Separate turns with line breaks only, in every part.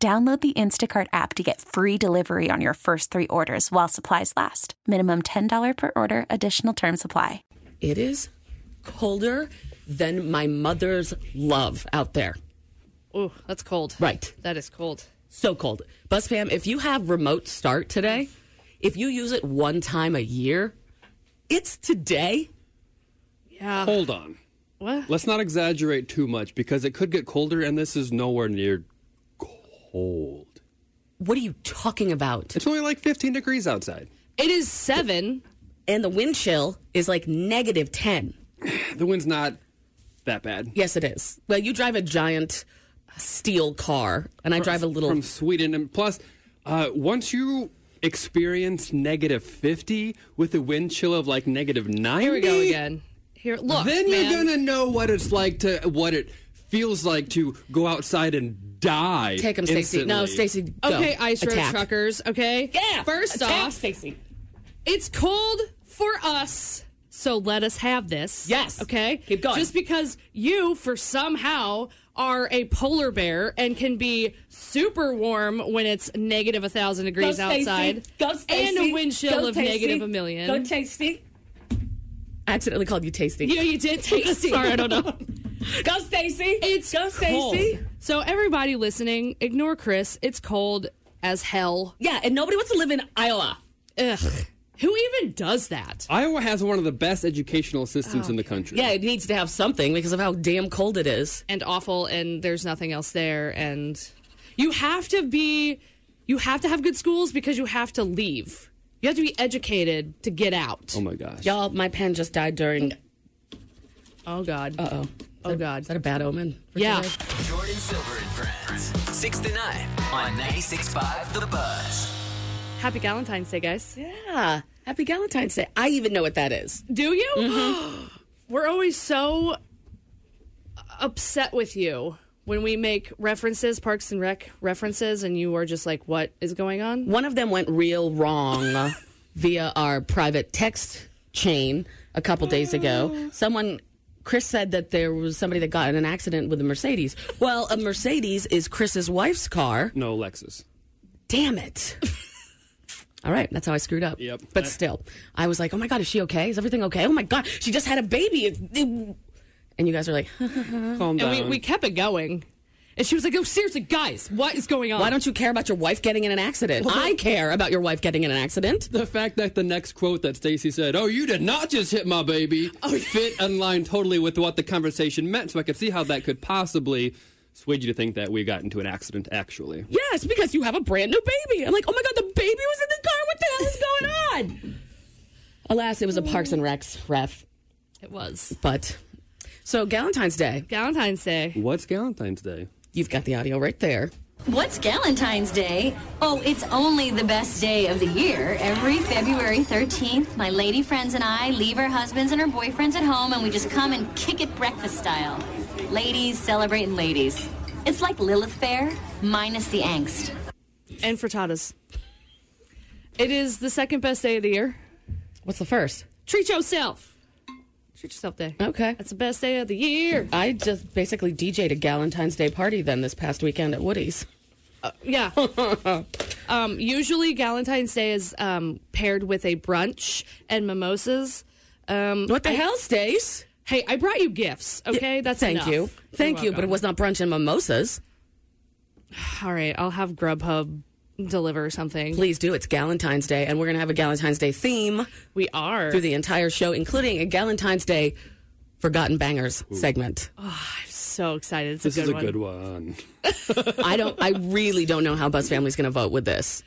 Download the Instacart app to get free delivery on your first three orders while supplies last. Minimum $10 per order, additional term supply.
It is colder than my mother's love out there.
Oh, that's cold.
Right.
That is cold.
So cold. Bus fam, if you have remote start today, if you use it one time a year, it's today.
Yeah.
Hold on.
What?
Let's not exaggerate too much because it could get colder, and this is nowhere near cold.
What are you talking about?
It's only like 15 degrees outside.
It is seven.
And the wind chill is like negative 10.
The wind's not that bad.
Yes, it is. Well, you drive a giant steel car, and I drive a little.
From Sweden, and plus, uh, once you experience negative 50 with a wind chill of like negative 90,
Here we go again. Here, look.
then
man.
you're gonna know what it's like to what it feels like to go outside and die.
Take him, Stacy. No,
instantly.
Stacy. go.
Okay, ice road
Attack.
truckers. Okay.
Yeah.
First
Attack,
off,
Stacy.
it's cold for us, so let us have this.
Yes.
Okay.
Keep going.
Just because you, for somehow, are a polar bear and can be super warm when it's negative a thousand degrees outside, and a wind chill of negative a million.
Tasty. I accidentally called you Tasty.
you know, you did tasty. Sorry, I don't know.
Go, Stacy.
It's cold. So everybody listening, ignore Chris. It's cold as hell.
Yeah, and nobody wants to live in Iowa.
Ugh. Who even does that?
Iowa has one of the best educational systems
Oh,
in the country.
Yeah, it needs to have something because of how damn cold it is.
and awful and there's nothing else there and you have to be you have to have good schools because you have to leave you have to be educated to get out
Oh my gosh.
Y'all, my pen just died during.
oh god
Uh oh.
oh god
Is that a bad omen? for
yeah
today?
Jordan Silver and Friends. 6 to 9 on 96.5 The Buzz.
happy valentine's day guys
Yeah. Happy Valentine's Day. I even know what that is.
do you
Mm-hmm.
we're always so upset with you when we make references parks and rec references and you are just like what is going on
One of them went real wrong via our private text chain a couple days ago. Someone, Chris said that there was somebody that got in an accident with a Mercedes. Well, a Mercedes is Chris's wife's car.
No, Lexus.
Damn it. All right, that's how I screwed up.
Yep.
But still, I was like, oh my God, is she okay? Is everything okay? Oh my God, she just had a baby. It- it- And you guys are like,
Calm
Um,
down.
we, we kept it going and she was like oh seriously guys what is going on
why don't you care about your wife getting in an accident? I care about your wife getting in an accident.
the fact that the next quote that Stacy said, "Oh, you did not just hit my baby,"
Oh,
fit in line totally with what the conversation meant. So I could see how that could possibly sway you to think that we got into an accident. Actually,
Yes, because you have a brand new baby. I'm like, oh my God, the baby was in the car. What the hell is going on? Alas, it was a Parks and Recs ref.
it was
But so, Valentine's Day,
valentine's day
what's Valentine's Day?
you've got the audio right there.
What's Galentine's Day? Oh, it's only the best day of the year. Every February 13th, my lady friends and I leave our husbands and our boyfriends at home and we just come and kick it breakfast style. Ladies celebrating ladies. It's like Lilith Fair, minus the angst.
and frittatas. It is the second best day of the year.
What's the first?
Treat yourself. Treat yourself day.
Okay.
That's the best day of the year.
I just basically DJ'd a Galentine's Day party then this past weekend at Woody's.
Yeah. um, usually, Galentine's Day is um, paired with a brunch and mimosas. Um,
What the
I-
hell, Stace?
Hey, I brought you gifts. Okay, that's
Thank
enough.
you.
You're
Thank you, but it
welcome.
was not brunch and mimosas.
all right. I'll have Grubhub deliver something.
Please do. It's Galentine's Day, and we're going to have a Galentine's Day theme
We are.
through the entire show, including a Galentine's Day Forgotten Bangers segment.
so excited. It's
This
a good
is a
one.
good one.
I don't. I really don't know how Buzz Family's going to vote with this.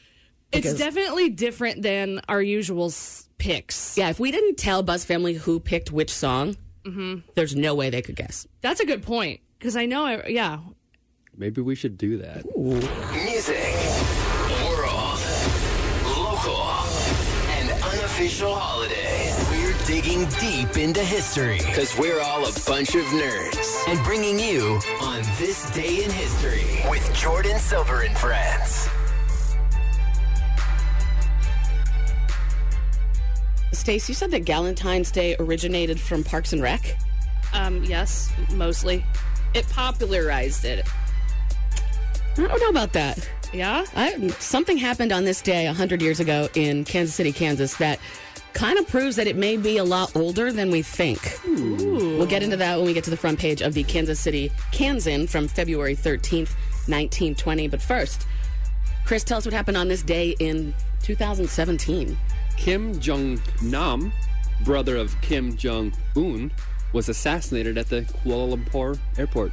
It's definitely different than our usual s- picks.
Yeah, if we didn't tell Buzz Family who picked which song, there's no way they could guess.
That's a good point because I know. I, yeah,
Maybe we should do that.
Music. official holiday. We're digging deep into history because we're all a bunch of nerds and bringing you on this day in history with Jordan Silver and friends.
Stace, you said that Galentine's Day originated from Parks and Rec.
Um, yes, mostly. It popularized it.
I don't know about that.
Yeah?
I, something happened on this day 100 years ago in Kansas City, Kansas, that kind of proves that it may be a lot older than we think. We'll get into that when we get to the front page of the Kansas City Kansan from February 13th, 1920. But first, Chris, tell us what happened on this day in 2017.
Kim Jong Nam, brother of Kim Jong Un, was assassinated at the Kuala Lumpur airport.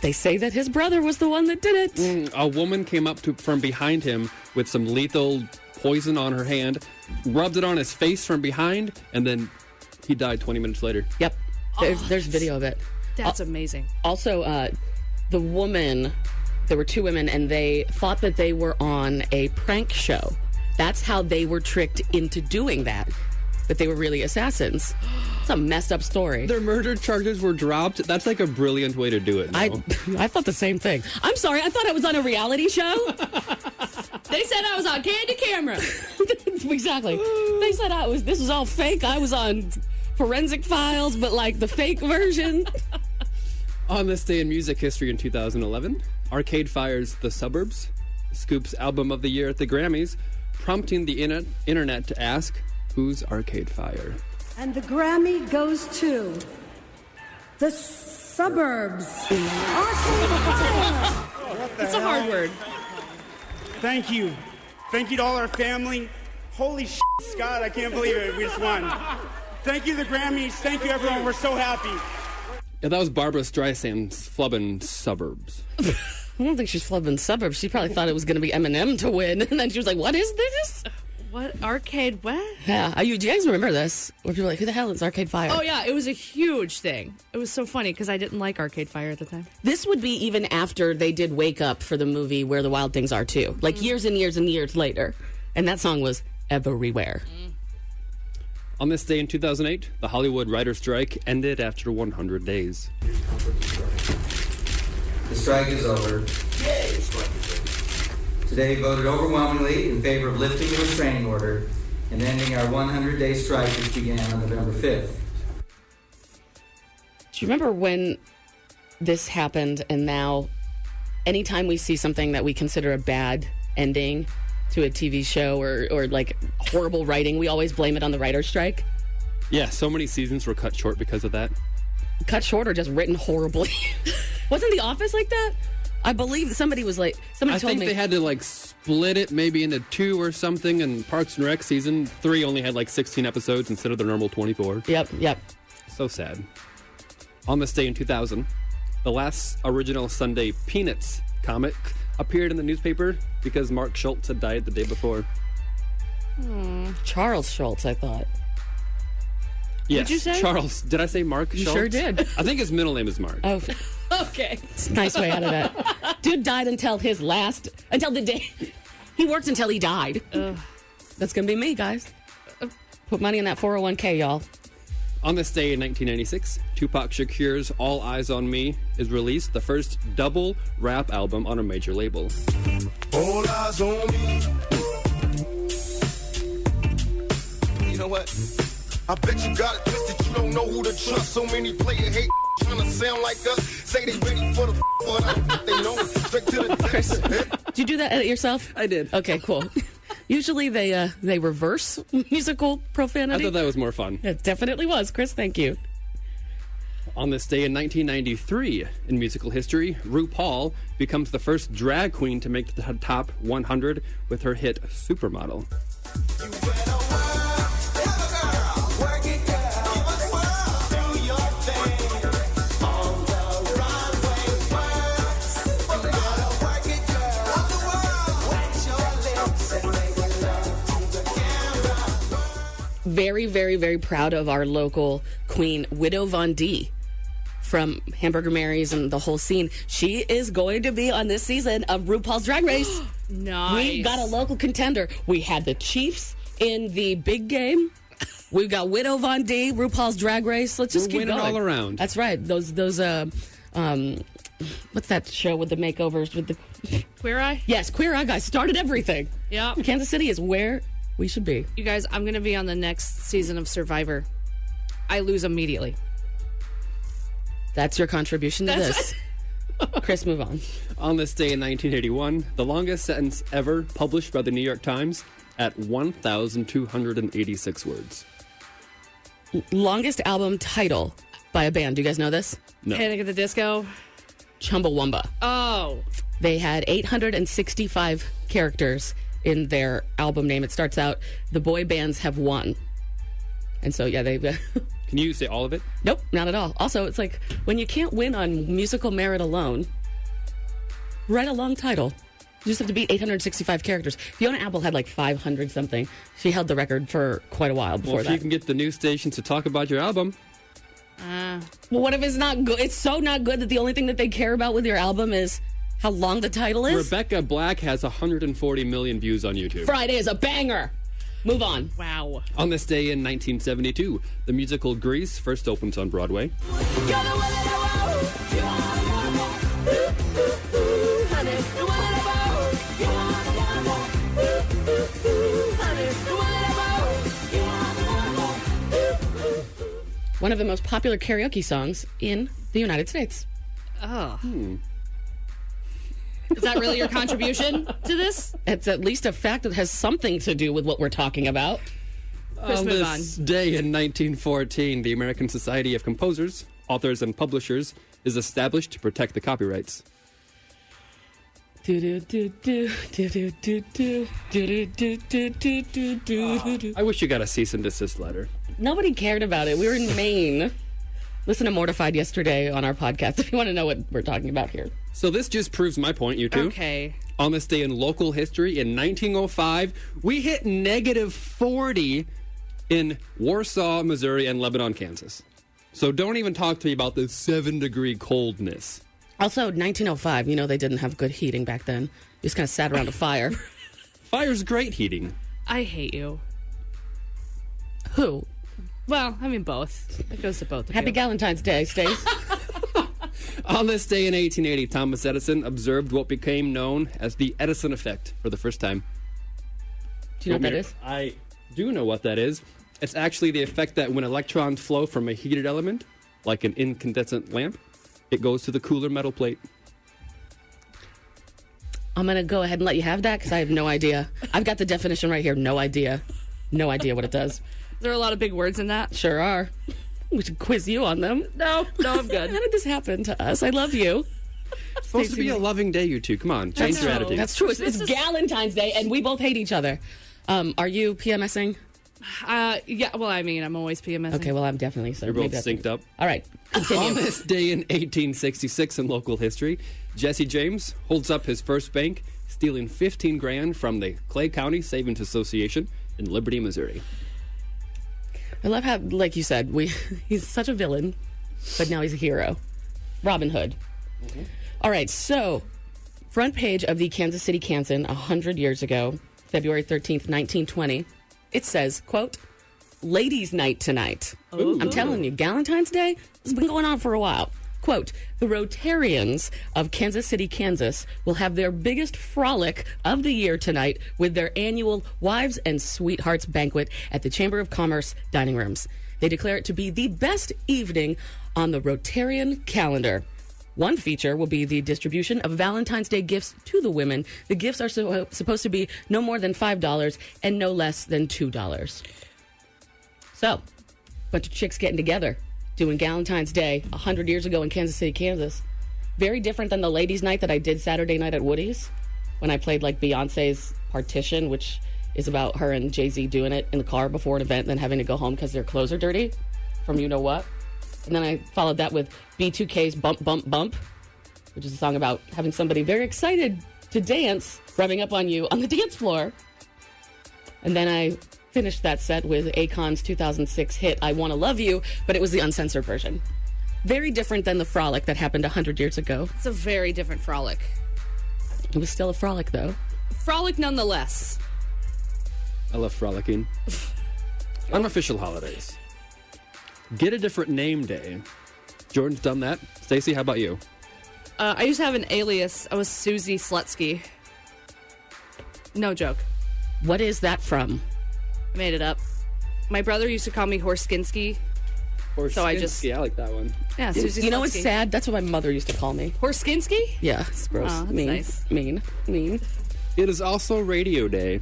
They say that his brother was the one that did it.
A woman came up to, from behind him with some lethal poison on her hand, rubbed it on his face from behind, and then he died 20 minutes later.
Yep. There's, there's video of it. Uh,
That's amazing.
Also, uh, the woman, there were two women, and they thought that they were on a prank show. That's how they were tricked into doing that. But they were really assassins. It's a messed up story.
Their murder charges were dropped. That's like a brilliant way to do it.
I,
now.
I thought the same thing. I'm sorry. I thought I was on a reality show.
They said I was on candy camera.
exactly. They said I was. This was all fake. I was on forensic files, but like the fake version.
On this day in music history in 2011, Arcade Fire's The Suburbs scoops Album of the Year at the Grammys, prompting the in- internet to ask, Who's Arcade Fire?
And the Grammy goes to the suburbs. Arcade Fire.
It's a hard word.
Thank you. Thank you to all our family. Holy shit, Scott, I can't believe it. We just won. Thank you, the Grammys. Thank you, everyone. We're so happy.
Yeah, that was Barbara Streisand's Flubbin' Suburbs.
I don't think she's flubbing suburbs. She probably thought it was going to be Eminem to win, and then she was like, "What is this?"
What arcade? What?
Yeah. Are you, do you guys remember this? Where people were like, "Who the hell is Arcade Fire?"
Oh yeah, it was a huge thing. It was so funny because I didn't like Arcade Fire at the time.
This would be even after they did Wake Up for the movie Where the Wild Things Are Too, like years and years and years later. And that song was everywhere.
On this day in 2008, the Hollywood writer strike ended after 100 days.
The strike is over. Today voted overwhelmingly in favor of lifting the restraining order and ending our 100-day strike which began on November 5th.
Do you remember when this happened? And now, anytime we see something that we consider a bad ending to a TV show or, or like horrible writing, we always blame it on the writer's strike.
Yeah, so many seasons were cut short because of that.
cut short or just written horribly. Wasn't The Office like that? I believe somebody was like somebody
I
told
think
me
they had to like split it maybe into two or something, and Parks and Rec season three only had like 16 episodes instead of the normal 24.
Yep, yep.
So sad. On this day in 2000, the last original Sunday Peanuts comic appeared in the newspaper because Mark Schultz had died the day before.
Charles Schultz, I thought.
Yes,
you say?
Charles. Did I say Mark Schultz?
sure did.
I think his middle name is Mark.
Oh,
Okay.
nice way out of that. Dude died until his last until the day he worked until he died. That's gonna be me, guys. Put money in that 401k, y'all.
On this day in 1996, Tupac Shakur's All Eyes on Me is released, the first double rap album on a major label.
All eyes on me. You know what? I bet you got it twisted. You don't know who to trust. So many players hate trying to sound like us. Say they ready for the but I don't think they know it. Straight to the
Chris, did you do that edit yourself?
I did.
Okay, cool. Usually they uh, they reverse musical
I
profanity.
thought that was more fun.
it definitely was, Chris. Thank you.
On this day in 1993, in musical history, RuPaul becomes the first drag queen to make the top 100 with her hit Supermodel.
very, very, very proud of our local queen, Widow Von D from Hamburger Mary's and the whole scene. She is going to be on this season of RuPaul's Drag Race.
Nice.
We got a local contender. We had the Chiefs in the big game. We've got Widow Von D, RuPaul's Drag Race. Let's just keep
We're winning
going.
all around.
That's right. Those those uh, um, what's that show with the makeovers with the
Queer Eye?
yes, Queer Eye guys started everything.
Yep.
Kansas City is where we should be.
You guys, I'm going to be on the next season of Survivor. I lose immediately.
That's your contribution to
That's-
this. Chris, move on.
On this day in 1981, the longest sentence ever published by the New York Times at 1,286 words.
Longest album title by a band. Do you guys know this?
No.
Panic at the Disco.
Chumbawamba.
Oh,
They had 865 characters in their album name. It starts out, the boy bands have won. And so, yeah, they.
Can you say all of it?
nope, not at all. Also, it's like when you can't win on musical merit alone, write a long title. You just have to beat 865 characters. Fiona Apple had like 500 something. She held the record for quite a while before
Well, if
that.
you can get the news stations to talk about your album,
Ah. Well, what if it's not good? It's so not good that the only thing that they care about with your album is how long the title is.
Rebecca Black has 140 million views on YouTube.
Friday is a banger. Move on.
wow.
on this day in 1972, the musical Grease first opens on Broadway.
One of the most popular karaoke songs in the United States. Hmm.
Oh. Is that really your contribution to this?
It's at least a fact that has something to do with what we're talking about.
Let's
on
move
this day in 1914, the American Society of Composers, Authors, and Publishers is established to protect the copyrights.
Do do do do do do do do do do do do do do do.
I wish you got a cease and desist letter.
Nobody cared about it. We were in Maine. Listen to Mortified yesterday on our podcast if you want to know what we're talking about here.
So this just proves my point, you two.
Okay.
On this day in local history in 1905, we hit negative 40 in Warsaw, Missouri, and Lebanon, Kansas. So don't even talk to me about the seven degree coldness.
Also, 1905, you know, they didn't have good heating back then. You just kind of sat around a fire.
Fire's great heating.
I hate you.
Who?
Well, I mean both. It goes to both. Of
Happy
you.
Galentine's Day, Stace.
On this day in 1880, Thomas Edison observed what became known as the Edison effect for the first time.
Do you know what that is?
I do know what that is. It's actually the effect that when electrons flow from a heated element, like an incandescent lamp, it goes to the cooler metal plate.
I'm going to go ahead and let you have that because I have no idea. I've got the definition right here. No idea. No idea what it does.
There are a lot of big words in that.
Sure are. We should quiz you on them. No,
no, I'm good.
How did this happen to us? I love you.
It's supposed to be a loving day, you two. Come on, change your
true.
attitude.
That's true. It's, it's Galentine's Day, and we both hate each other. Um, are you PMSing?
Uh, yeah. Well, I mean, I'm always PMS.
Okay, well, I'm definitely. So
You're both synced up.
All right.
On
Continue.
this day in 1866 in local history, Jesse James holds up his first bank, stealing 15 grand from the Clay County Savings Association in Liberty, Missouri.
I love how, like you said, we he's such a villain, but now he's a hero. Robin Hood. All right, so front page of the Kansas City Kansan 100 years ago, February 13th, 1920, it says, quote, Ladies' Night tonight. I'm telling you, Galentine's Day has been going on for a while. Quote, the Rotarians of Kansas City, Kansas will have their biggest frolic of the year tonight with their annual Wives and Sweethearts Banquet at the Chamber of Commerce dining rooms. They declare it to be the best evening on the Rotarian calendar. One feature will be the distribution of Valentine's Day gifts to the women. The gifts are so, supposed to be no more than $5 and no less than $2. So, bunch of chicks getting together, doing Valentine's Day 100 years ago in Kansas City, Kansas. Very different than the ladies' night that I did Saturday night at Woody's when I played like Beyonce's Partition, which is about her and Jay Z doing it in the car before an event, then having to go home because their clothes are dirty from You Know What. And then I followed that with B2K's Bump, Bump, Bump, which is a song about having somebody very excited to dance, rubbing up on you on the dance floor. And then I finished that set with Akon's 2006 hit, I Wanna Love You, but it was the uncensored version. Very different than the frolic that happened 100 years ago.
It's a very different frolic.
It was still a frolic, though.
Frolic, nonetheless.
I love frolicking. Unofficial holidays. Get a different name day. Jordan's done that. Stacy, how about you?
Uh, I used to have an alias. I was Susie Slutsky. No joke.
What is that from?
I made it up. My brother used to call me Horskinski.
Or
So I just-
I like that one.
Yeah, Susie
you know what's
Slutsky.
sad? That's what my mother used to call me.
Horskinski?
Yeah, it's gross.
Oh, that's
mean,
nice.
mean, mean.
It is also radio day.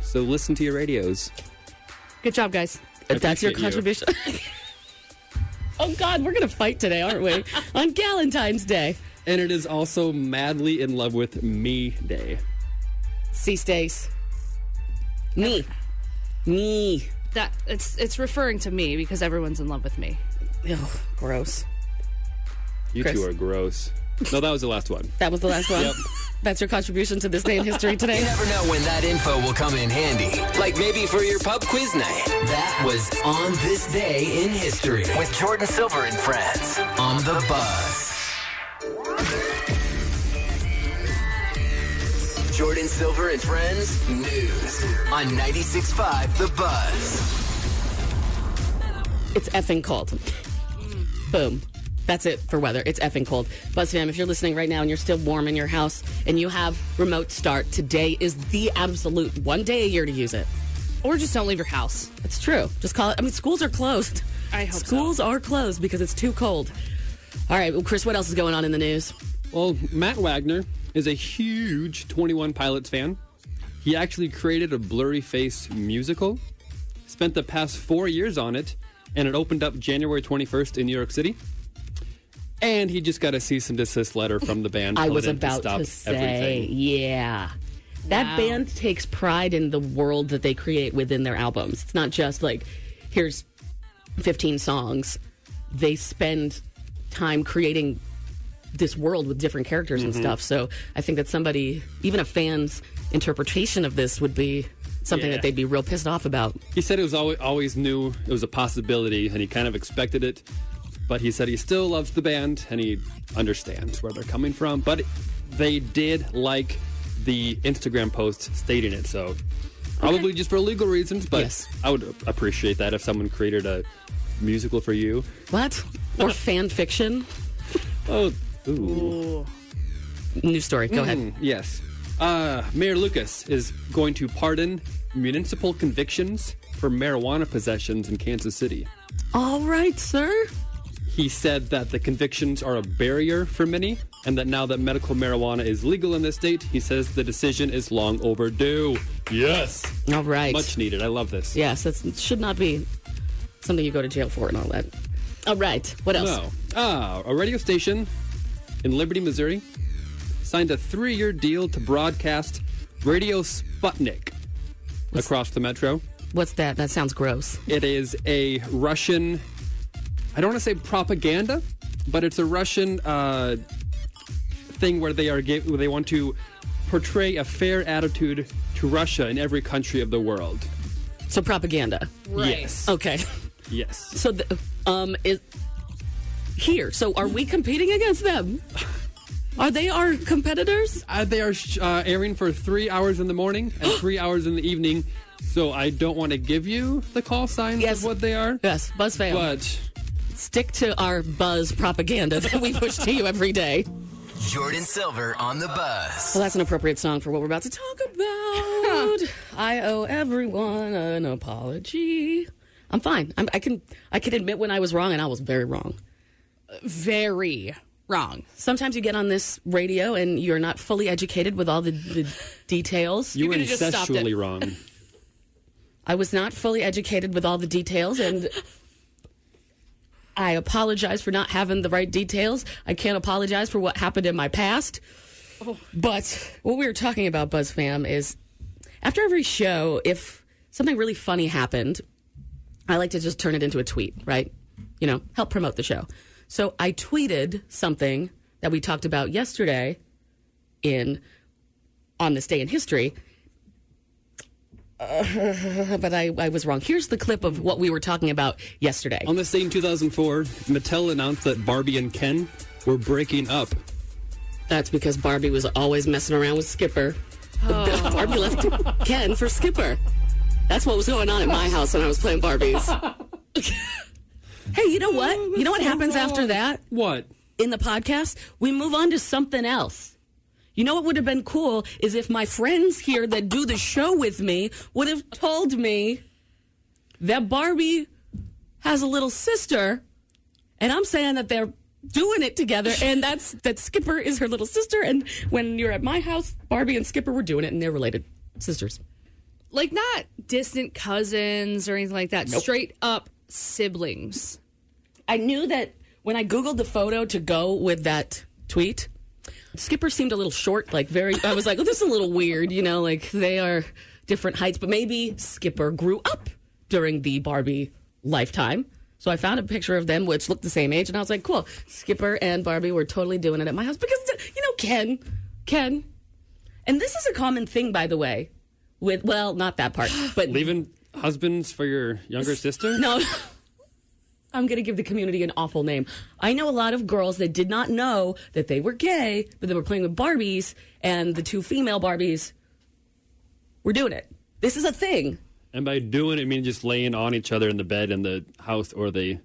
So listen to your radios.
Good job, guys.
If that's your
appreciate
contribution. oh God, we're gonna fight today, aren't we? On Valentine's Day.
And it is also madly in love with me day.
See Stace. Me. Me.
That it's it's referring to me because everyone's in love with me.
Oh, gross.
You
Chris.
two are gross. No, that was the last one.
That was the last one.
Yep.
That's your contribution to this day in history
You
today.
never know when that info will come in handy. Like maybe for your pub quiz night. That was On This Day in History with Jordan Silver and friends on the bus. Jordan Silver and friends news on 96.5 The Buzz.
It's effing cold. Boom. That's it for weather. It's effing cold. Buzz fam, if you're listening right now and you're still warm in your house and you have remote start, today is the absolute one day a year to use it.
Or just don't leave your house.
It's true. Just call it. I mean, schools are closed.
I hope so.
schools are closed because it's too cold. All right, well, Chris, what else is going on in the news?
Well, Matt Wagner is a huge 21 Pilots fan. He actually created a blurry face musical, spent the past four years on it, and it opened up January 21st in New York City. And he just got a cease and desist letter from the band.
I
telling
was
him
about
stop
to say,
everything.
yeah. That band takes pride in the world that they create within their albums. It's not just like, here's 15 songs. They spend time creating this world with different characters
Mm-hmm.
and stuff. So I think that somebody, even a fan's interpretation of this, would be something
Yeah.
that they'd be real pissed off about.
He said it was always, always knew it was a possibility, and he kind of expected it. But he said he still loves the band and he understands where they're coming from. But they did like the Instagram post stating it, so probably just for legal reasons. But
Yes.
I would appreciate that if someone created a musical for you.
What? Or fan fiction?
Oh, ooh.
New story. Go ahead.
Mm, yes. Uh, Mayor Lucas is going to pardon municipal convictions for marijuana possessions in Kansas City.
All right, sir.
He said that the convictions are a barrier for many, and that now that medical marijuana is legal in the state, he says the decision is long overdue. Yes.
All right.
Much needed. I love this.
Yes, that should not be something you go to jail for and all that. All right. What else?
No. Ah, a radio station in Liberty, Missouri signed a three year deal to broadcast Radio Sputnik across the metro.
What's that? That sounds gross.
It is a Russian, I don't want to say propaganda, but it's a Russian uh, thing where they are ga- where they want to portray a fair attitude to Russia in every country of the world.
So propaganda.
Right.
Yes.
Okay.
Yes.
So the, um is here. So are we competing against them? Are they our competitors?
Uh, they are sh- uh, airing for three hours in the morning and three hours in the evening, so I don't want to give you the call signs
Yes.
of what they are.
Yes, Buzz fam.
But
Stick to our Buzz propaganda that we push to you every day.
Jordan Silver on the bus.
Well, that's an appropriate song for what we're about to talk about. I owe everyone an apology. I'm fine. I'm, I can I can admit when I was wrong, and I was very wrong.
Very wrong.
Sometimes you get on this radio and you're not fully educated with all the, the details.
you were
could've just stopped it.
incestually wrong.
I was not fully educated with all the details, and I apologize for not having the right details. I can't apologize for what happened in my past. But what we were talking about, Buzz Fam, is after every show, if something really funny happened, I like to just turn it into a tweet, right? You know, help promote the show. So I tweeted something that we talked about yesterday in on this day in history Uh, but I, I was wrong. Here's the clip of what we were talking about yesterday.
On this day in 2004, Mattel announced that Barbie and Ken were breaking up.
That's because Barbie was always messing around with Skipper. Barbie left Ken for Skipper. That's what was going on at my house when I was playing Barbies. hey, you know what? You know what happens after that?
What?
in the podcast, we move on to something else. You know what would have been cool is if my friends here that do the show with me would have told me that Barbie has a little sister, and I'm saying that they're doing it together, and that's that Skipper is her little sister, and when you're at my house, Barbie and Skipper were doing it, and they're related sisters.
Like not distant cousins or anything like that.
Nope.
Straight up siblings.
I knew that when I googled the photo to go with that tweet, Skipper seemed a little short, like very. I was like, oh, this is a little weird, you know, like they are different heights, but maybe Skipper grew up during the Barbie lifetime. So I found a picture of them, which looked the same age, and I was like, cool. Skipper and Barbie were totally doing it at my house because, you know, Ken, Ken. And this is a common thing, by the way, with, well, not that part, but
Leaving husbands for your younger sister?
no. I'm going to give the community an awful name. I know a lot of girls that did not know that they were gay, but they were playing with Barbies, and the two female Barbies were doing it. This is a thing.
And by doing it, I mean just laying on each other in the bed in the house or the.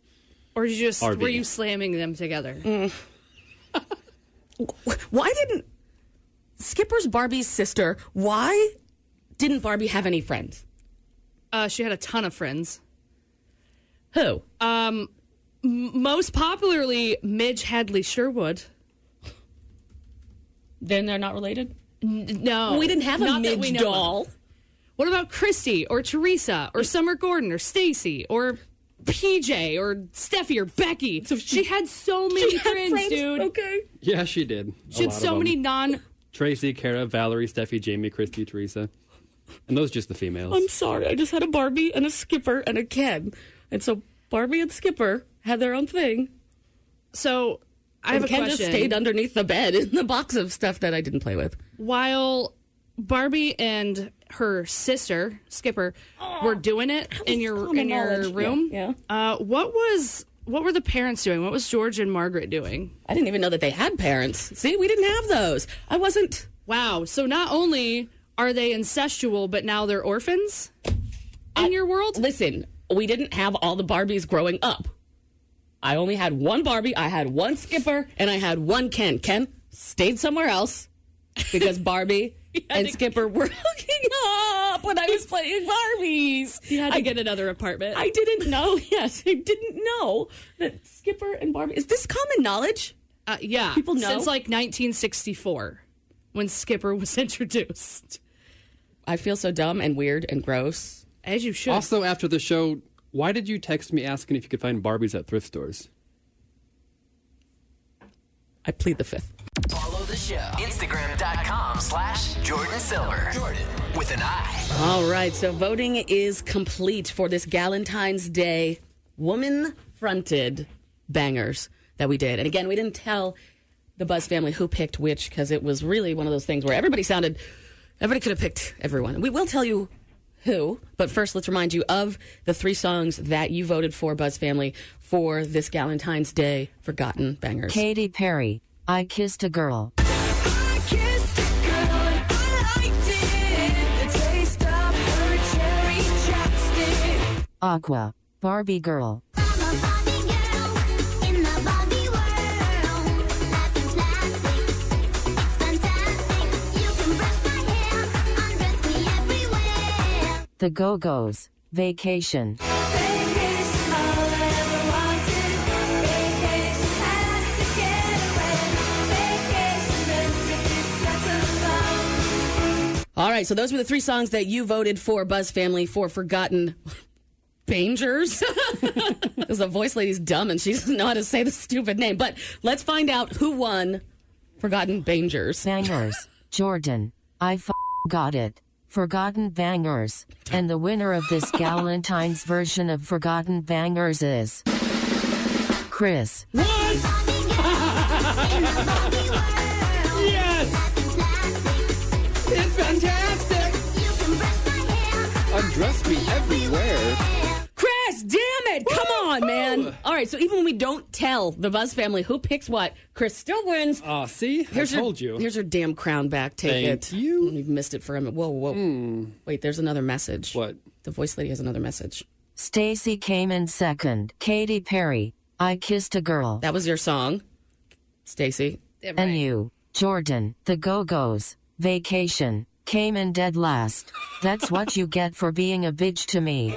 Or you just
RV.
were you slamming them together?
Why didn't Skipper's Barbie's sister, why didn't Barbie have any friends?
Uh, she had a ton of friends.
Who?
Um, Most popularly, Midge Hadley Sherwood.
then they're not related?
No,
Oh. We didn't have a
not that we
Midge
know of.
doll. Mm.
What about Christy or Teresa or Summer Gordon or Stacy or PJ or Steffi or Becky? she had so many
She had
friends,
friends,
dude.
Okay.
Yeah, she did.
She had so many non.
Tracy, Kara, Valerie, Steffi, Jamie, Christy, Teresa. And those just the females.
I'm sorry. I just had a Barbie and a Skipper and a Ken. And so Barbie and Skipper had their own thing.
So I have
And
a
Ken
question.
just stayed underneath the bed in the box of stuff that I didn't play with.
While Barbie and her sister Skipper were doing it in your
common
in your
knowledge.
room,
Yeah,
Uh, what was what were the parents doing? What was George and Margaret doing?
I didn't even know that they had parents. See, we didn't have those. I wasn't.
Wow. So not only are they incestual, but now they're orphans in your world.
Listen, we didn't have all the Barbies growing up. I only had one Barbie. I had one Skipper, and I had one Ken. Ken stayed somewhere else because Barbie and Skipper were hooking up when I was playing Barbies.
You had to
I-
get another apartment.
I didn't know. Yes, I didn't know that Skipper and Barbie. Is this common knowledge?
Uh, yeah.
People know?
Since like 1964 when Skipper was introduced.
I feel so dumb and weird and gross.
As you should.
Also, after the show, why did you text me asking if you could find Barbies at thrift stores?
I plead the fifth.
Follow the show. Instagram.com slash Jordan Silver. Jordan with an I.
All right, so voting is complete for this Galentine's Day woman fronted bangers that we did. And again, we didn't tell the Buzz family who picked which because it was really one of those things where everybody sounded, everybody could have picked everyone. We will tell you who, but first let's remind you of the three songs that you voted for, Buzz family, for this Galentine's Day Forgotten Bangers.
Katy Perry, I Kissed a Girl. Aqua, Barbie Girl. The Go Go's, Vacation.
All right, so those were the three songs that you voted for, Buzz Family, for Forgotten Bangers. Because the voice lady's dumb and she doesn't know how to say the stupid name. But let's find out who won Forgotten Bangers.
Bangers, Jordan. I f- got it. Forgotten Bangers. And the winner of this Galentine's version of Forgotten Bangers is. Chris.
Undress me everywhere.
Chris, damn it! Come on, man. All right, So even when we don't tell the Buzz family who picks what, Chris still wins.
Ah, see,
here's
I told
your,
you.
Here's your damn crown back. Take
Thank
it. You. You've missed it for him. Whoa, whoa. Wait, there's another message. What? The voice lady has another message.
Stacy came in second. Katy Perry, I Kissed a Girl.
That was your song, Stacy.
And you, Jordan, The Go Go's, Vacation, came in dead last. That's what you get for being a bitch to me.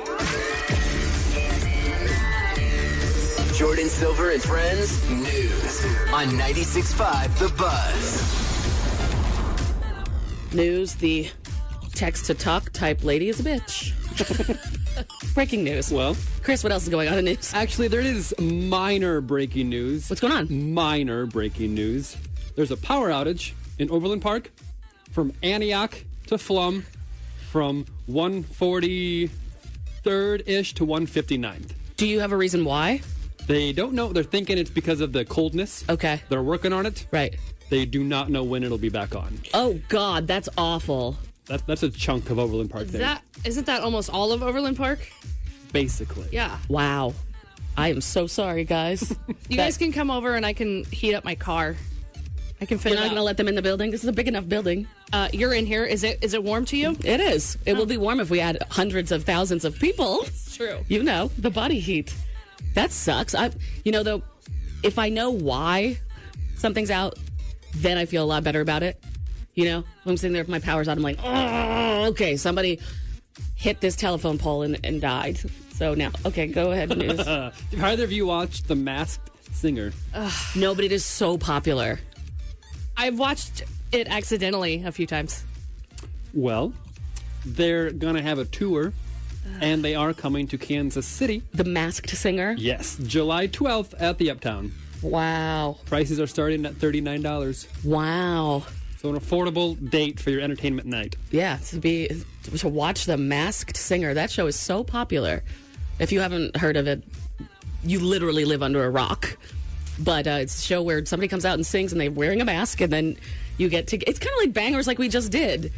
Jordan Silver and Friends News on 96.5 The Buzz.
News: The text to talk type lady is a bitch. Breaking news.
Well,
Chris, what else is going on in news?
Actually, there is minor breaking news. What's
going
Mm.
on?
Minor breaking news. There's a power outage in Overland Park from Antioch to Flum from 143rd ish to 159th.
Do you have a reason why?
They don't know. They're thinking it's because of the coldness.
Okay.
They're working on it.
Right.
They do not know when it'll be back on.
Oh God, that's awful.
That, that's a chunk of Overland Park there.
That isn't that almost all of Overland Park?
Basically.
Yeah.
Wow. I am so sorry, guys.
You guys can come over and I can heat up my car. I can fit.
We're
it
not
up.
going to let them in the building. This is a big enough building.
Uh, you're in here. Is it is it warm to you? Oh.
It is. It will be warm if we had hundreds of thousands of people.
It's true.
You know, the body heat. That sucks. I, you know, though, if I know why something's out, then I feel a lot better about it. You know, when I'm sitting there with my powers out, I'm like, oh, okay, somebody hit this telephone pole and, and died. So now, okay, go ahead, news.
Have either of you watched The Masked Singer?
no, but it is so popular.
I've watched it accidentally a few times.
Well, they're going to have a tour, and they are coming to Kansas City.
The Masked Singer.
Yes, July 12th at the Uptown.
Wow.
Prices are starting at $39.
Wow.
So, an affordable date for your entertainment night.
Yeah, to be to watch The Masked Singer. That show is so popular. If you haven't heard of it, you literally live under a rock. But uh, it's a show where somebody comes out and sings, and they're wearing a mask, and then you get to. It's kind of like bangers, like we just did.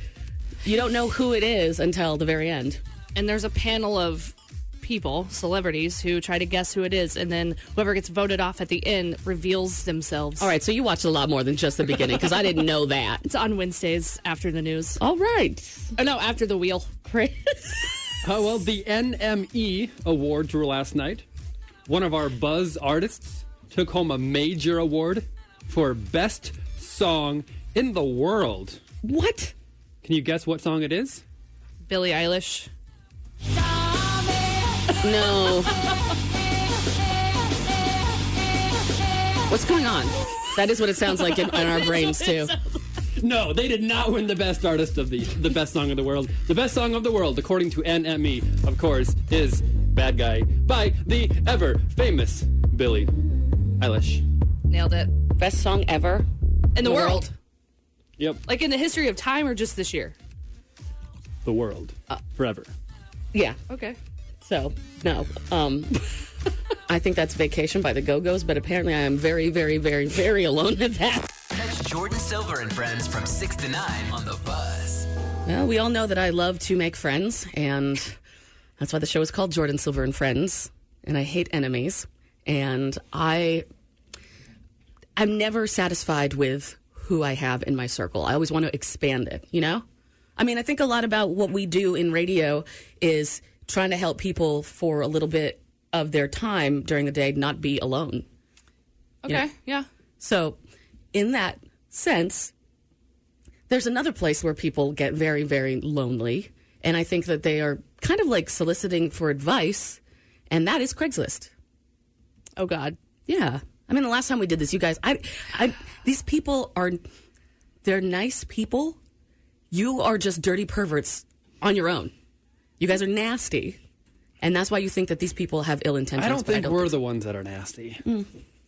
You don't know who it is until the very end.
And there's a panel of people, celebrities, who try to guess who it is, and then whoever gets voted off at the end reveals themselves.
All right, so you watched a lot more than just the beginning because I didn't know that.
It's on Wednesdays after the news.
All right,
Oh no, after the wheel.
Chris.
Oh, well, the NME awards were last night. One of our Buzz artists took home a major award for Best Song in the World.
What?
Can you guess what song it is?
Billie Eilish.
No. What's going on? That is what it sounds like in, in our brains too.
No, they did not win the best artist of the the best song of the world. The best song of the world, according to NME, of course, is "Bad Guy" by the ever famous Billie Eilish.
Nailed it.
Best song ever.
In the, world.
Yep,
Like in the history of time or just this year?
the world forever.
Yeah.
Okay.
So no. Um, I think that's Vacation by the Go Go's, but apparently I am very, very, very, very alone in that.
Catch Jordan Silver and Friends from 6 to 9 on The Buzz.
Well, we all know that I love to make friends, and that's why the show is called Jordan Silver and Friends. And I hate enemies, and I I'm never satisfied with who I have in my circle. I always want to expand it, you know? I mean, I think a lot about what we do in radio is trying to help people for a little bit of their time during the day not be alone.
Okay. Yeah.
So, in that sense, there's another place where people get very, very lonely. And I think that they are kind of like soliciting for advice, and that is Craigslist.
Oh God.
Yeah. I mean, the last time we did this, you guys, I, I, these people are, they're nice people. You are just dirty perverts on your own. You guys are nasty. And that's why you think that these people have ill intentions.
I don't
but
think we're the ones that are nasty.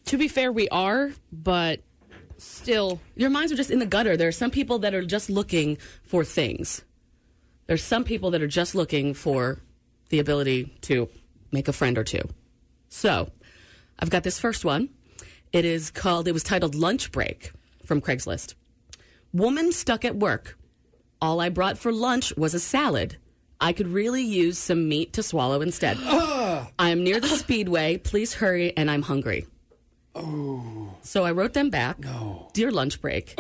To be fair, we are, but still.
your minds are just in the gutter. There are some people that are just looking for things. There's some people that are just looking for the ability to make a friend or two. So, I've got this first one. It is called, it was titled Lunch Break from Craigslist. Woman stuck at work. All I brought for lunch was a salad. I could really use some meat to swallow instead. I am near the speedway. Please hurry, and I'm hungry. Oh. So I wrote them back. No. Dear lunch break.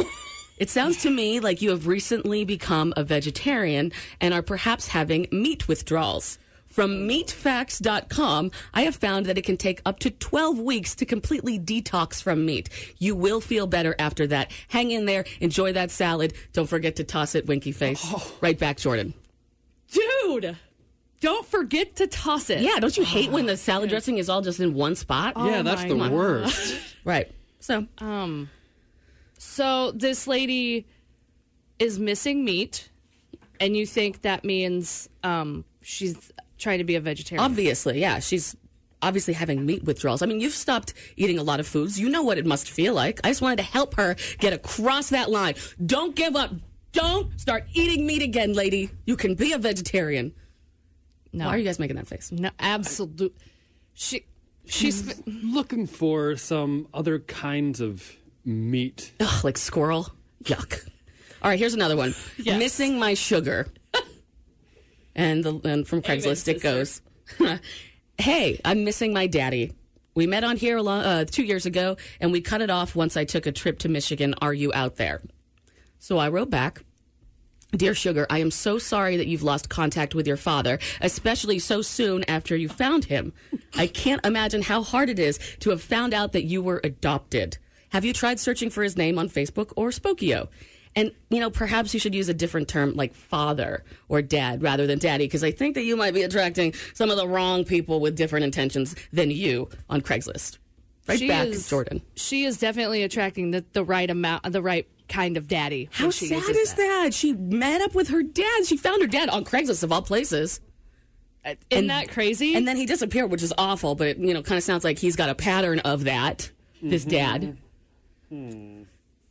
It sounds to me like you have recently become a vegetarian and are perhaps having meat withdrawals. From meatfacts.com, I have found that it can take up to 12 weeks to completely detox from meat. You will feel better after that. Hang in there, enjoy that salad. Don't forget to toss it, winky face. Right back, Jordan.
Oh. Dude, don't forget to toss it.
Yeah, don't you hate when the salad dressing is all just in one spot?
Yeah, Oh that's my the God. worst.
right. So,
um, so this lady is missing meat, and you think that means um she's trying to be a vegetarian?
Obviously, yeah. She's obviously having meat withdrawals. I mean, you've stopped eating a lot of foods. You know what it must feel like. I just wanted to help her get across that line. Don't give up. Don't start eating meat again, lady. You can be a vegetarian.
No.
Why are you guys making that face?
No, absolutely. She,
she's looking for some other kinds of meat.
Ugh, like squirrel. Yuck. All right, here's another one. Missing my sugar. and the and from Craigslist it goes. hey, I'm missing my daddy. We met on here a lo- uh, two years ago, and we cut it off once I took a trip to Michigan. Are you out there? So I wrote back. Dear Sugar, I am so sorry that you've lost contact with your father, especially so soon after you found him. I can't imagine how hard it is to have found out that you were adopted. Have you tried searching for his name on Facebook or Spokio? And, you know, perhaps you should use a different term like father or dad rather than daddy, because I think that you might be attracting some of the wrong people with different intentions than you on Craigslist. Right
She
back,
is-
Jordan.
She is definitely attracting the, the right amount, the right kind of daddy. when
How
she
sad
uses
is that? She met up with her dad. She found her dad on Craigslist of all places.
Uh, Isn't that crazy?
And then he disappeared, which is awful. But it, you know, kind of sounds like he's got a pattern of that.
Mm-hmm.
This dad.
Hmm.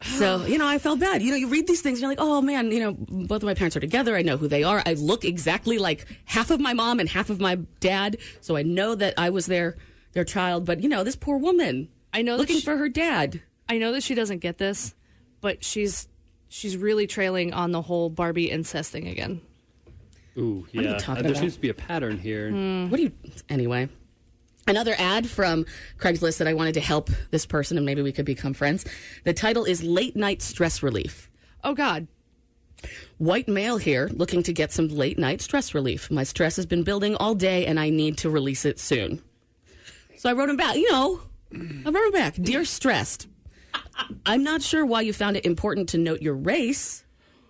So you know, I felt bad. You know, you read these things, and you're like, oh man, you know, both of my parents are together. I know who they are. I look exactly like half of my mom and half of my dad, so I know that I was their their child. But you know, this poor woman.
I know that
looking
she-
for her dad.
I know that she doesn't get this, but she's she's really trailing on the whole Barbie incest thing again.
Ooh,
What are you
yeah. Uh,
talking
there
about?
seems to be a pattern here.
What do you? Anyway, another ad from Craigslist that I wanted to help this person, and maybe we could become friends. The title is "Late Night Stress Relief."
Oh God.
White male here, looking to get some late night stress relief. My stress has been building all day, and I need to release it soon. So I wrote him back. You know, I wrote him back. Dear stressed, I'm not sure why you found it important to note your race,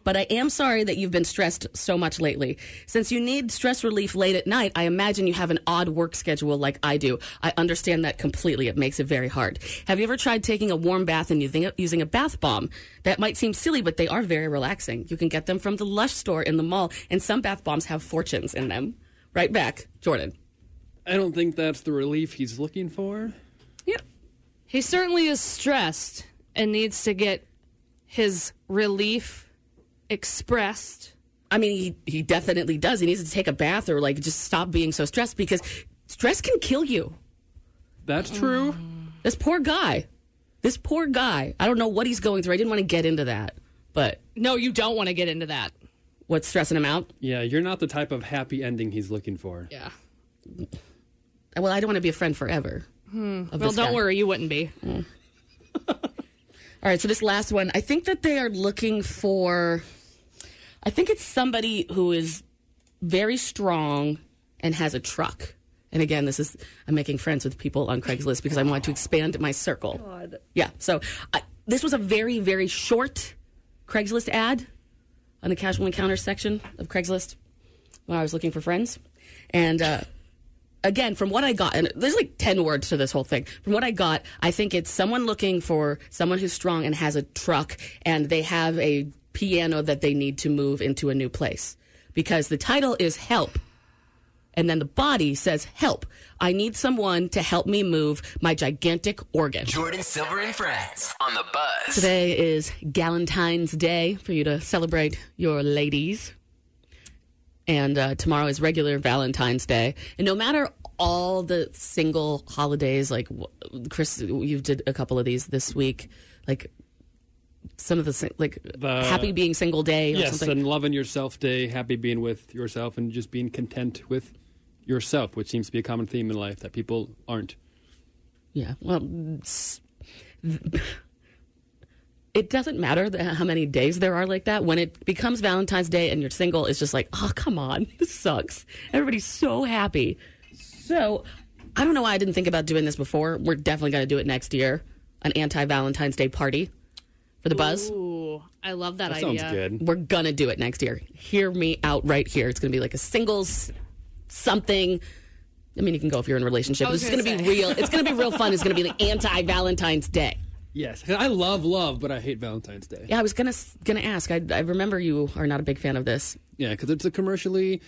but I am sorry that you've been stressed so much lately. Since you need stress relief late at night, I imagine you have an odd work schedule like I do. I understand that completely. It makes it very hard. Have you ever tried taking a warm bath and using using a bath bomb? That might seem silly, but they are very relaxing. You can get them from the Lush store in the mall, and some bath bombs have fortunes in them. Right back, Jordan.
I don't think that's the relief he's looking for.
He certainly is stressed and needs to get his relief expressed.
I mean, he, he definitely does. He needs to take a bath or like just stop being so stressed because stress can kill you.
That's true.
This poor guy. This poor guy. I don't know what he's going through. I didn't want to get into that. But
No, you don't want to get into that.
what's stressing him out?
Yeah, you're not the type of happy ending he's looking for.
Yeah.
Well, I don't want to be a friend forever. of
Hmm. Well,
this
don't
guy.
worry, you wouldn't be.
All right, so this last one, I think that they are looking for. I think it's somebody who is very strong and has a truck. And again, this is I'm making friends with people on Craigslist because I want to expand my circle. Yeah, so I, this was a very very short Craigslist ad on the casual encounters section of Craigslist when I was looking for friends, and. Uh, again, from what I got, and there's like 10 words to this whole thing. From what I got, I think it's someone looking for someone who's strong and has a truck and they have a piano that they need to move into a new place. Because the title is Help. And then the body says, Help. I need someone to help me move my gigantic organ.
Jordan Silver and Friends on the bus.
Today is Galentine's Day for you to celebrate your ladies. And uh, tomorrow is regular Valentine's Day. And no matter all the single holidays, like w- Chris, you did a couple of these this week, like some of the sing- like
The-
Happy Being Single Day or
Yes,
something.
and loving yourself day, happy being with yourself, and just being content with yourself, which seems to be a common theme in life that people aren't.
Yeah. Well, s- it doesn't matter the, how many days there are like that. When it becomes Valentine's Day and you're single, it's just like, oh, come on, this sucks. Everybody's so happy. So I don't know why I didn't think about doing this before. We're definitely going to do it next year an anti Valentine's Day party for the buzz.
Ooh, I love that, idea.
We're gonna do it next year. Hear me out right here. It's gonna be like a singles something. I mean, you can go if you're in a relationship.
I
This
was
is gonna
gonna
be
say.
real. It's gonna be real fun. It's gonna be the anti Valentine's Day.
Yes, I love love, but I hate Valentine's Day.
Yeah, I was gonna gonna ask. I, I remember you are not a big fan of this.
Yeah, because it's a commercially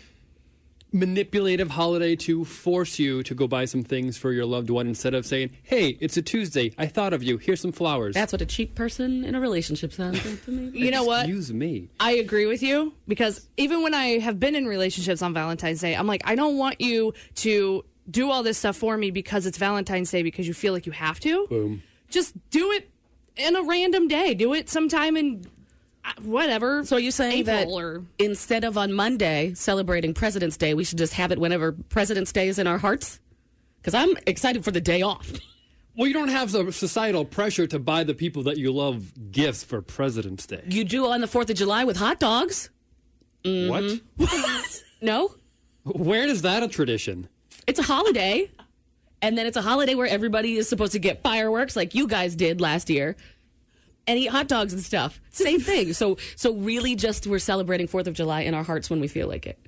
manipulative holiday to force you to go buy some things for your loved one instead of saying, "Hey, it's a Tuesday. I thought of you. Here's some flowers."
That's what a cheap person in a relationship sounds like to me.
You know what?
Excuse me.
I agree with you because even when I have been in relationships on Valentine's Day, I'm like, I don't want you to do all this stuff for me because it's Valentine's Day because you feel like you have to.
Boom.
Just do it in a random day. Do it sometime in uh, whatever.
So are you saying that
April or
instead of on Monday celebrating President's Day, we should just have it whenever President's Day is in our hearts? Because I'm excited for the day off.
Well, you don't have the societal pressure to buy the people that you love gifts for President's Day.
You do on the 4th of July with hot dogs.
What?
No,
Mm-hmm. Where is that a tradition?
it's a holiday. And then it's a holiday where everybody is supposed to get fireworks like you guys did last year and eat hot dogs and stuff. Same thing. So so really just we're celebrating 4th of July in our hearts when we feel like it.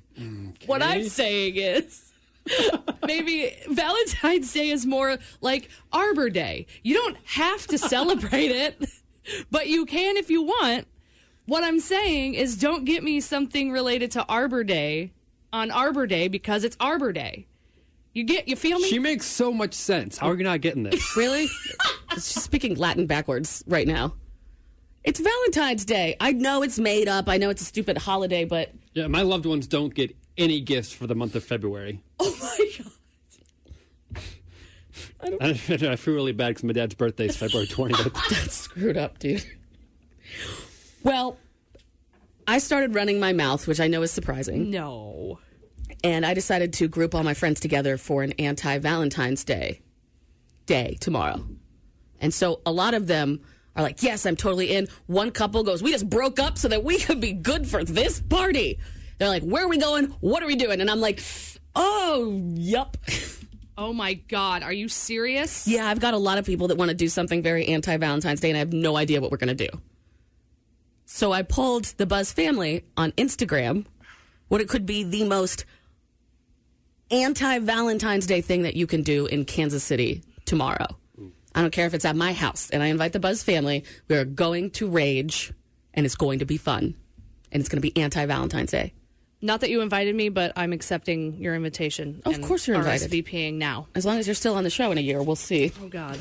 what I'm saying is. Maybe Valentine's Day is more like Arbor Day. You don't have to celebrate it, but you can if you want. What I'm saying is don't get me something related to Arbor Day on Arbor Day because it's Arbor Day. You get you feel me?
She makes so much sense. How are you not getting this?
Really? She's speaking Latin backwards right now. It's Valentine's Day. I know it's made up. I know it's a stupid holiday, but
yeah, my loved ones don't get any gifts for the month of February.
oh my god.
I, I feel really bad because my dad's birthday is February 20th.
screwed up, dude. Well, I started running my mouth, which I know is surprising,
No.
and I decided to group all my friends together for an anti Valentine's Day day tomorrow. And so a lot of them are like, Yes, I'm totally in. One couple goes, We just broke up so that we could be good for this party. They're like, Where are we going? What are we doing? And I'm like, Oh, yup.
Oh my god, are you serious?
Yeah, I've got a lot of people that want to do something very anti Valentine's Day, and I have no idea what we're going to do. So I pulled the Buzz family on Instagram, what it could be the most anti Valentine's Day thing that you can do in Kansas City tomorrow. I don't care if it's at my house, and I invite the Buzz family. We are going to rage, and it's going to be fun, and it's going to be anti Valentine's Day.
Not that you invited me, but I'm accepting your invitation.
Of
and
course you're invited.
RSVPing now.
As long as you're still on the show in a year, we'll see.
Oh god.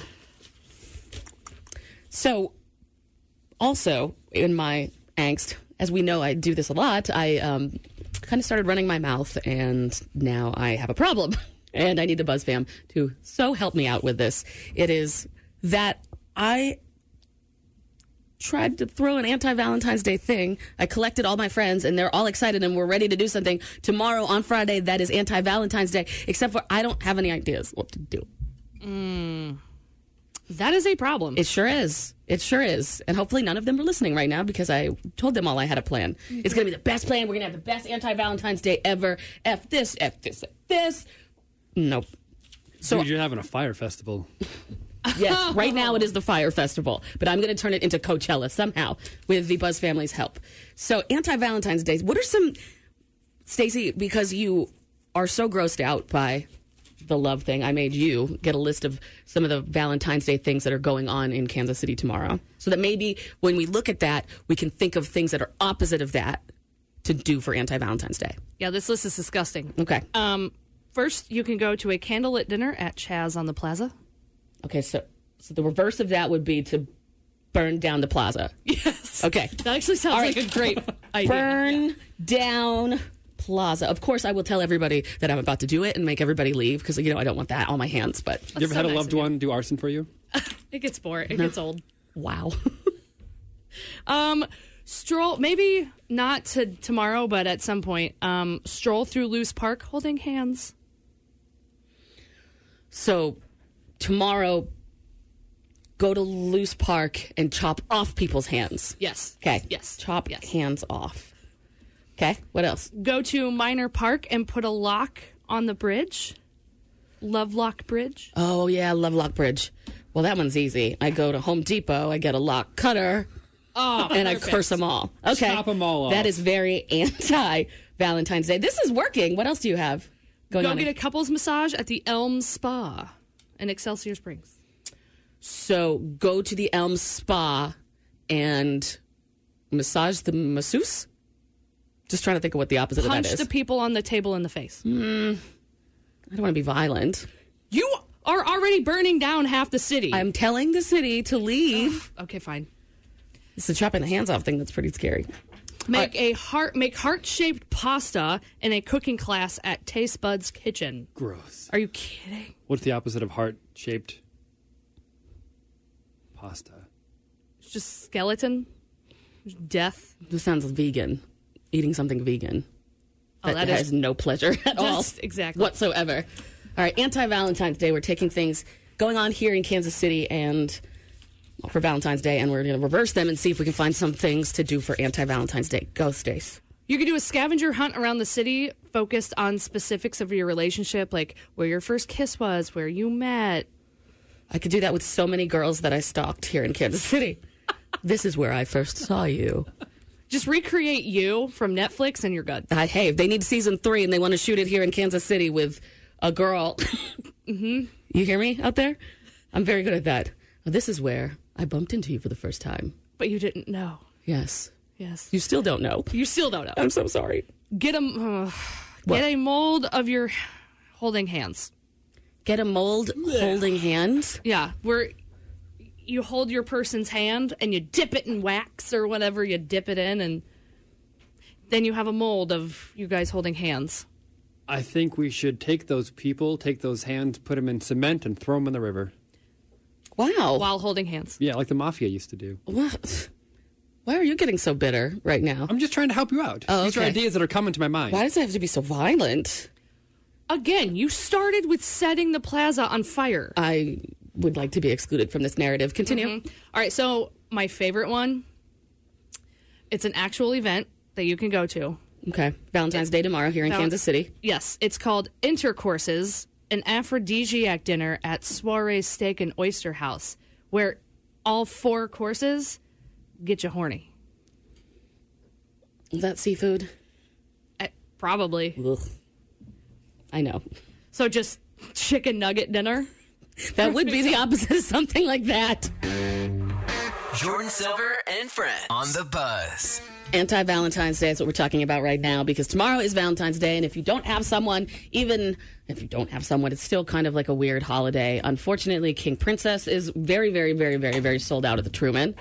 So, also in my angst, as we know, I do this a lot. I um, kind of started running my mouth, and now I have a problem, and I need the Buzz fam to so help me out with this. It is that I tried to throw an anti Valentine's Day thing. I collected all my friends, and they're all excited, and we're ready to do something tomorrow on Friday that is anti Valentine's Day. Except for I don't have any ideas what to do.
That is a problem.
It sure is. It sure is. And hopefully none of them are listening right now because I told them all I had a plan. It's going to be the best plan. We're going to have the best anti Valentine's Day ever. F this, F this, F this. Nope. So-
Dude, you're having a fire festival.
Yes, right now it is the Fire Festival, but I'm going to turn it into Coachella somehow with the Buzz family's help. So, anti Valentine's Days, what are some, Stacey, because you are so grossed out by the love thing, I made you get a list of some of the Valentine's Day things that are going on in Kansas City tomorrow. So that maybe when we look at that, we can think of things that are opposite of that to do for anti Valentine's Day.
yeah, this list is disgusting.
Okay.
Um, first, you can go to a candlelit dinner at Chaz on the Plaza.
Okay, so, so the reverse of that would be to burn down the plaza.
Yes.
Okay.
That actually sounds
All right.
like a great idea.
Burn down Plaza. Of course, I will tell everybody that I'm about to do it and make everybody leave because you know I don't want that on my hands. But
You ever
so
had a
nice
loved
of you.
one do arson for you?
It gets boring. It gets old.
wow,
Um, stroll maybe not to tomorrow, but at some point. Um, stroll through Loose Park holding hands.
So tomorrow, go to Loose Park and chop off people's hands.
Yes.
Okay.
Yes.
Chop
Yes.
hands off. Okay. What else?
Go to Minor Park and put a lock on the bridge. Lovelock Bridge.
Oh yeah, Lovelock Bridge. Well, that one's easy. I go to Home Depot. I get a lock cutter.
Oh,
and I
perfect.
curse them all. Okay.
Chop 'em all off.
That is very anti Valentine's Day. This is working. What else do you have going
Go
on?
get a couples massage at the Elm Spa in Excelsior Springs.
so go to the Elm Spa and massage the masseuse. Just trying to think of what the opposite
Punch
of that is.
the people on the table in the face.
I don't want to be violent.
You are already burning down half the city.
I'm telling the city to leave.
okay, fine.
It's the chopping the hands off thing that's pretty scary.
Make a heart make heart shaped pasta in a cooking class at Taste Bud's Kitchen.
Gross.
Are you kidding?
What's the opposite of heart shaped pasta?
It's just skeleton, death.
This sounds vegan. Eating something vegan.
Oh,
that,
that is-
has no pleasure at all.
That's- exactly.
Whatsoever. All right, anti Valentine's Day. We're taking things going on here in Kansas City and well, for Valentine's Day, and we're going to reverse them and see if we can find some things to do for anti Valentine's Day. Go, Stace.
You can do a scavenger hunt around the city focused on specifics of your relationship, like where your first kiss was, where you met.
I could do that with so many girls that I stalked here in Kansas City. this is where I first saw you.
Just recreate you from Netflix and you're good.
I, hey, if they need season three and they want to shoot it here in Kansas City with a girl,
Mm-hmm.
you hear me out there? I'm very good at that. This is where I bumped into you for the first time.
But you didn't know.
Yes.
Yes.
You still don't know.
You still don't know.
I'm so sorry.
Get a, uh, get a mold of your holding hands.
Get a mold holding hands.
Yeah, where you hold your person's hand and you dip it in wax or whatever you dip it in, and then you have a mold of you guys holding hands.
I think we should take those people, take those hands, put them in cement, and throw them in the river.
Wow.
while holding hands.
Yeah, like the mafia used to do.
What? Why are you getting so bitter right now?
I'm just trying to help you out.
Oh,
These are
okay.
ideas that are coming to my mind.
Why does it have to be so violent?
Again, you started with setting the plaza on fire.
I would like to be excluded from this narrative. Continue.
All right, so my favorite one. It's an actual event that you can go to.
Okay. Valentine's Day tomorrow here in
Val-
Kansas City.
Yes, it's called Intercourses, an aphrodisiac dinner at Soiree's Steak and Oyster House, where all four courses get you horny.
Is that seafood?
Eh, Probably.
Ugh. I know.
So just chicken nugget dinner.
That would be the opposite of something like that.
Jordan Silver and friends on the buzz.
Anti Valentine's Day is what we're talking about right now because tomorrow is Valentine's Day. And if you don't have someone, even if you don't have someone, it's still kind of like a weird holiday. Unfortunately, King Princess is very, very, very, very, very sold out at the Truman.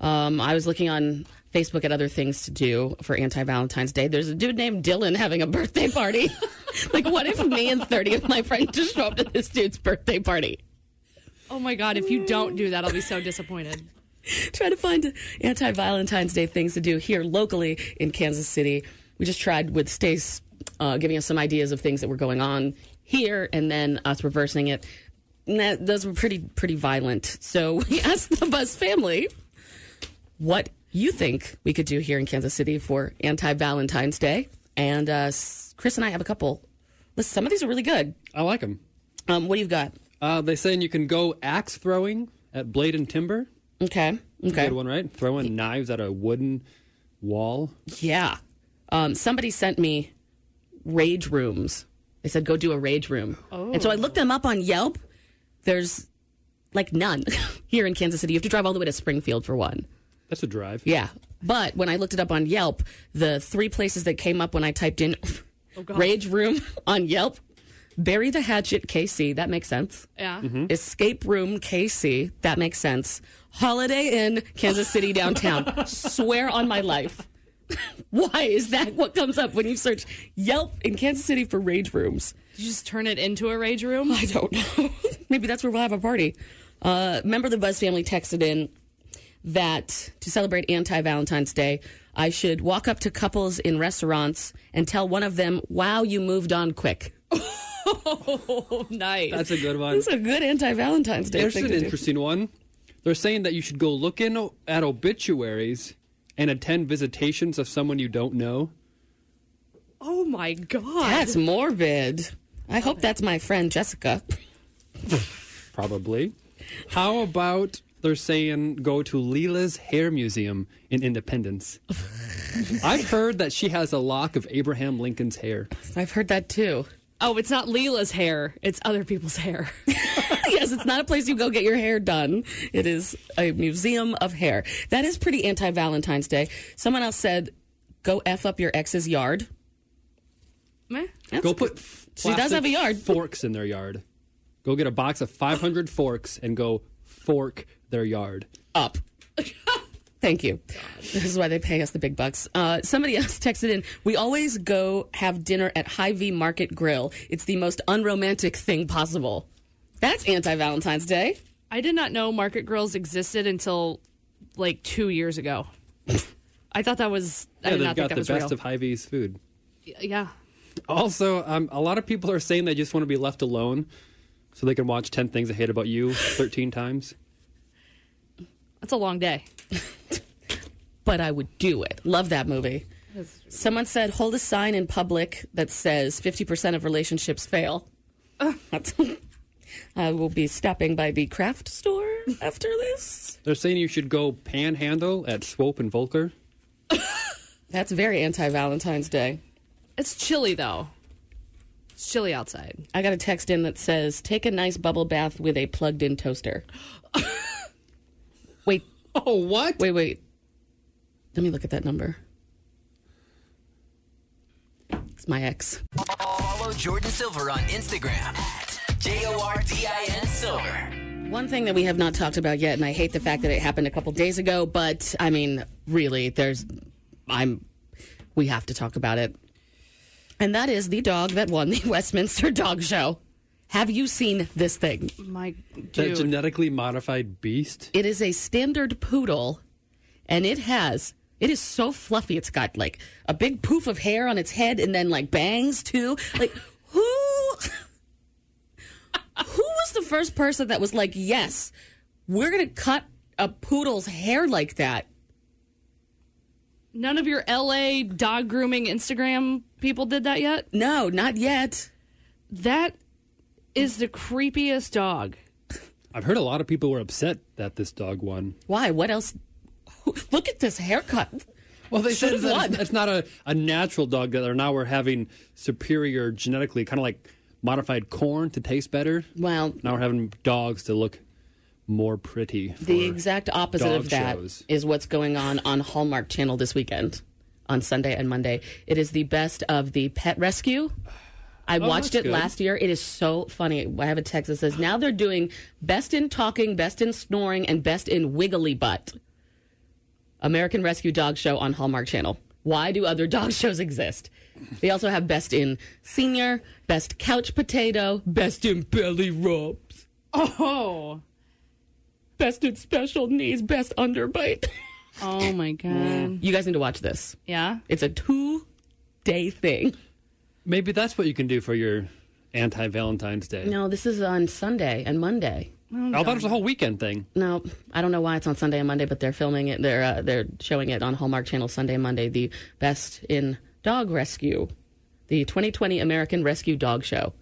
Um, I was looking on Facebook at other things to do for anti Valentine's Day. There's a dude named Dylan having a birthday party. like, what if me and 30 of my friends just show up to this dude's birthday party?
Oh my God, if you don't do that, I'll be so disappointed.
trying to find anti Valentine's Day things to do here locally in Kansas City. We just tried with Stace uh, giving us some ideas of things that were going on here, and then us reversing it. And that, those were pretty pretty violent. So we asked the Buzz family what you think we could do here in Kansas City for anti Valentine's Day, and uh, s- Chris and I have a couple. Listen, some of these are really good.
I like them.
Um, what do you got?
Uh, they saying you can go axe throwing at Blade and Timber.
Okay, okay.
Good one, right? Throwing knives at a wooden wall.
Yeah. Um, somebody sent me rage rooms. They said go do a rage room. Oh. And so I looked them up on Yelp. There's like none here in Kansas City. You have to drive all the way to Springfield for one.
That's a drive.
Yeah. But when I looked it up on Yelp, the three places that came up when I typed in rage room on Yelp bury the hatchet KC. That makes sense.
Yeah.
Escape Room KC. That makes sense. Holiday Inn, Kansas City downtown. Swear on my life. Why is that what comes up when you search Yelp in Kansas City for rage rooms?
Did you just turn it into a rage room?
I don't know. Maybe that's where we'll have a party. Uh, member of the Buzz family texted in that to celebrate anti Valentine's Day, I should walk up to couples in restaurants and tell one of them, wow, you moved on quick. Oh, nice.
That's a good one.
This is a good anti-Valentine's Day
There's
thing
an
to do.
interesting one. They're saying that you should go look in o- at obituaries and attend visitations of someone you don't know.
Oh my god.
That's morbid. I hope that's my friend Jessica.
Probably. How about they're saying go to Leela's Hair Museum in Independence? I've heard that she has a lock of Abraham Lincoln's hair.
I've heard that too.
Oh, it's not Leela's hair. It's other people's hair.
yes, it's not a place you go get your hair done. It is a museum of hair. That is pretty anti Valentine's Day. Someone else said, go F up your ex's yard.
Meh.
go put. f-
She does
plastic
have a yard.
Forks in their yard. Go get a box of 500 forks and go fork their yard.
Up. Thank you. This is why they pay us the big bucks. Uh, somebody else texted in. We always go have dinner at High V Market Grill. It's the most unromantic thing possible. That's anti Valentine's Day.
I did not know Market Girls existed until like two years ago. I thought that was. I
Yeah,
did
they've
not think
got
that
the
was
best
real.
of Hy-Vee's food.
yeah.
Also, um, a lot of people are saying they just want to be left alone so they can watch 10 Things I Hate About You 13 times.
That's a long day.
but I would do it. Love that movie. Someone said, hold a sign in public that says 50% of relationships fail. That's- I will be stopping by the craft store after this.
They're saying you should go panhandle at Swope and Volker.
That's very anti Valentine's Day.
It's chilly though. It's chilly outside.
I got a text in that says, take a nice bubble bath with a plugged in toaster. wait.
Oh, what?
Wait, wait. Let me look at that number. It's my ex.
Follow Jordan Silver on Instagram at J O R D I N Silver.
One thing that we have not talked about yet, and I hate the fact that it happened a couple days ago, but I mean, really, there's, I'm, we have to talk about it. And that is the dog that won the Westminster Dog Show. Have you seen this thing?
My
That
dude.
genetically modified beast.
It is a standard poodle, and it has, it is so fluffy. It's got like a big poof of hair on its head and then like bangs too. Like, who? who was the first person that was like, yes, we're going to cut a poodle's hair like that?
None of your LA dog grooming Instagram people did that yet.
No, not yet.
That is the creepiest dog.
I've heard a lot of people were upset that this dog won.
Why? What else? Look at this haircut.
Well, they
Should've
said
won.
it's, it's not a, a natural dog that are now we're having superior genetically, kind of like modified corn to taste better.
Well,
Now we're having dogs to look more pretty. For
the exact opposite
dog
of that is
shows.
what's going on on Hallmark Channel this weekend, on Sunday and Monday. It is the best of the pet rescue. I
Oh,
watched it
that's good.
last year. It is so funny. I have a text that says now they're doing best in talking, best in snoring, and best in wiggly butt. American Rescue Dog Show on Hallmark Channel. Why do other dog shows exist? They also have best in senior, best couch potato, best in belly rubs.
Oh.
Best in special needs, best underbite.
Oh my god.
You guys need to watch this.
Yeah.
It's a two day thing.
Maybe that's what you can do for your anti Valentine's Day.
No, this is on Sunday and Monday.
I thought it was a whole weekend thing.
No, I don't know why it's on Sunday and Monday, but they're filming it. They're uh, they're showing it on Hallmark Channel Sunday and Monday. The best in dog rescue, the 2020 American Rescue Dog Show.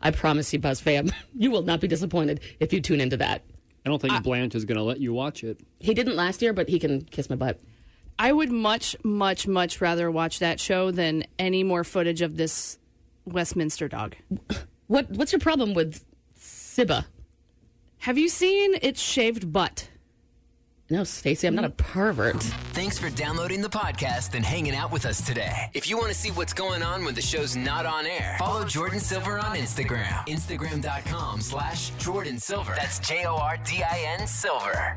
I promise you, Buzz fam, you will not be disappointed if you tune into that.
I don't think Blanche is going to let you watch it.
He didn't last year, but he can kiss my butt.
I would much, much, much rather watch that show than any more footage of this Westminster dog.
What what's your problem with Siba?
Have you seen its shaved butt?
No, Stacy, I'm not a pervert.
Thanks for downloading the podcast and hanging out with us today. If you want to see what's going on when the show's not on air, follow Jordan Silver on Instagram. Instagram.com slash Jordan Silver. That's J O R D I N Silver.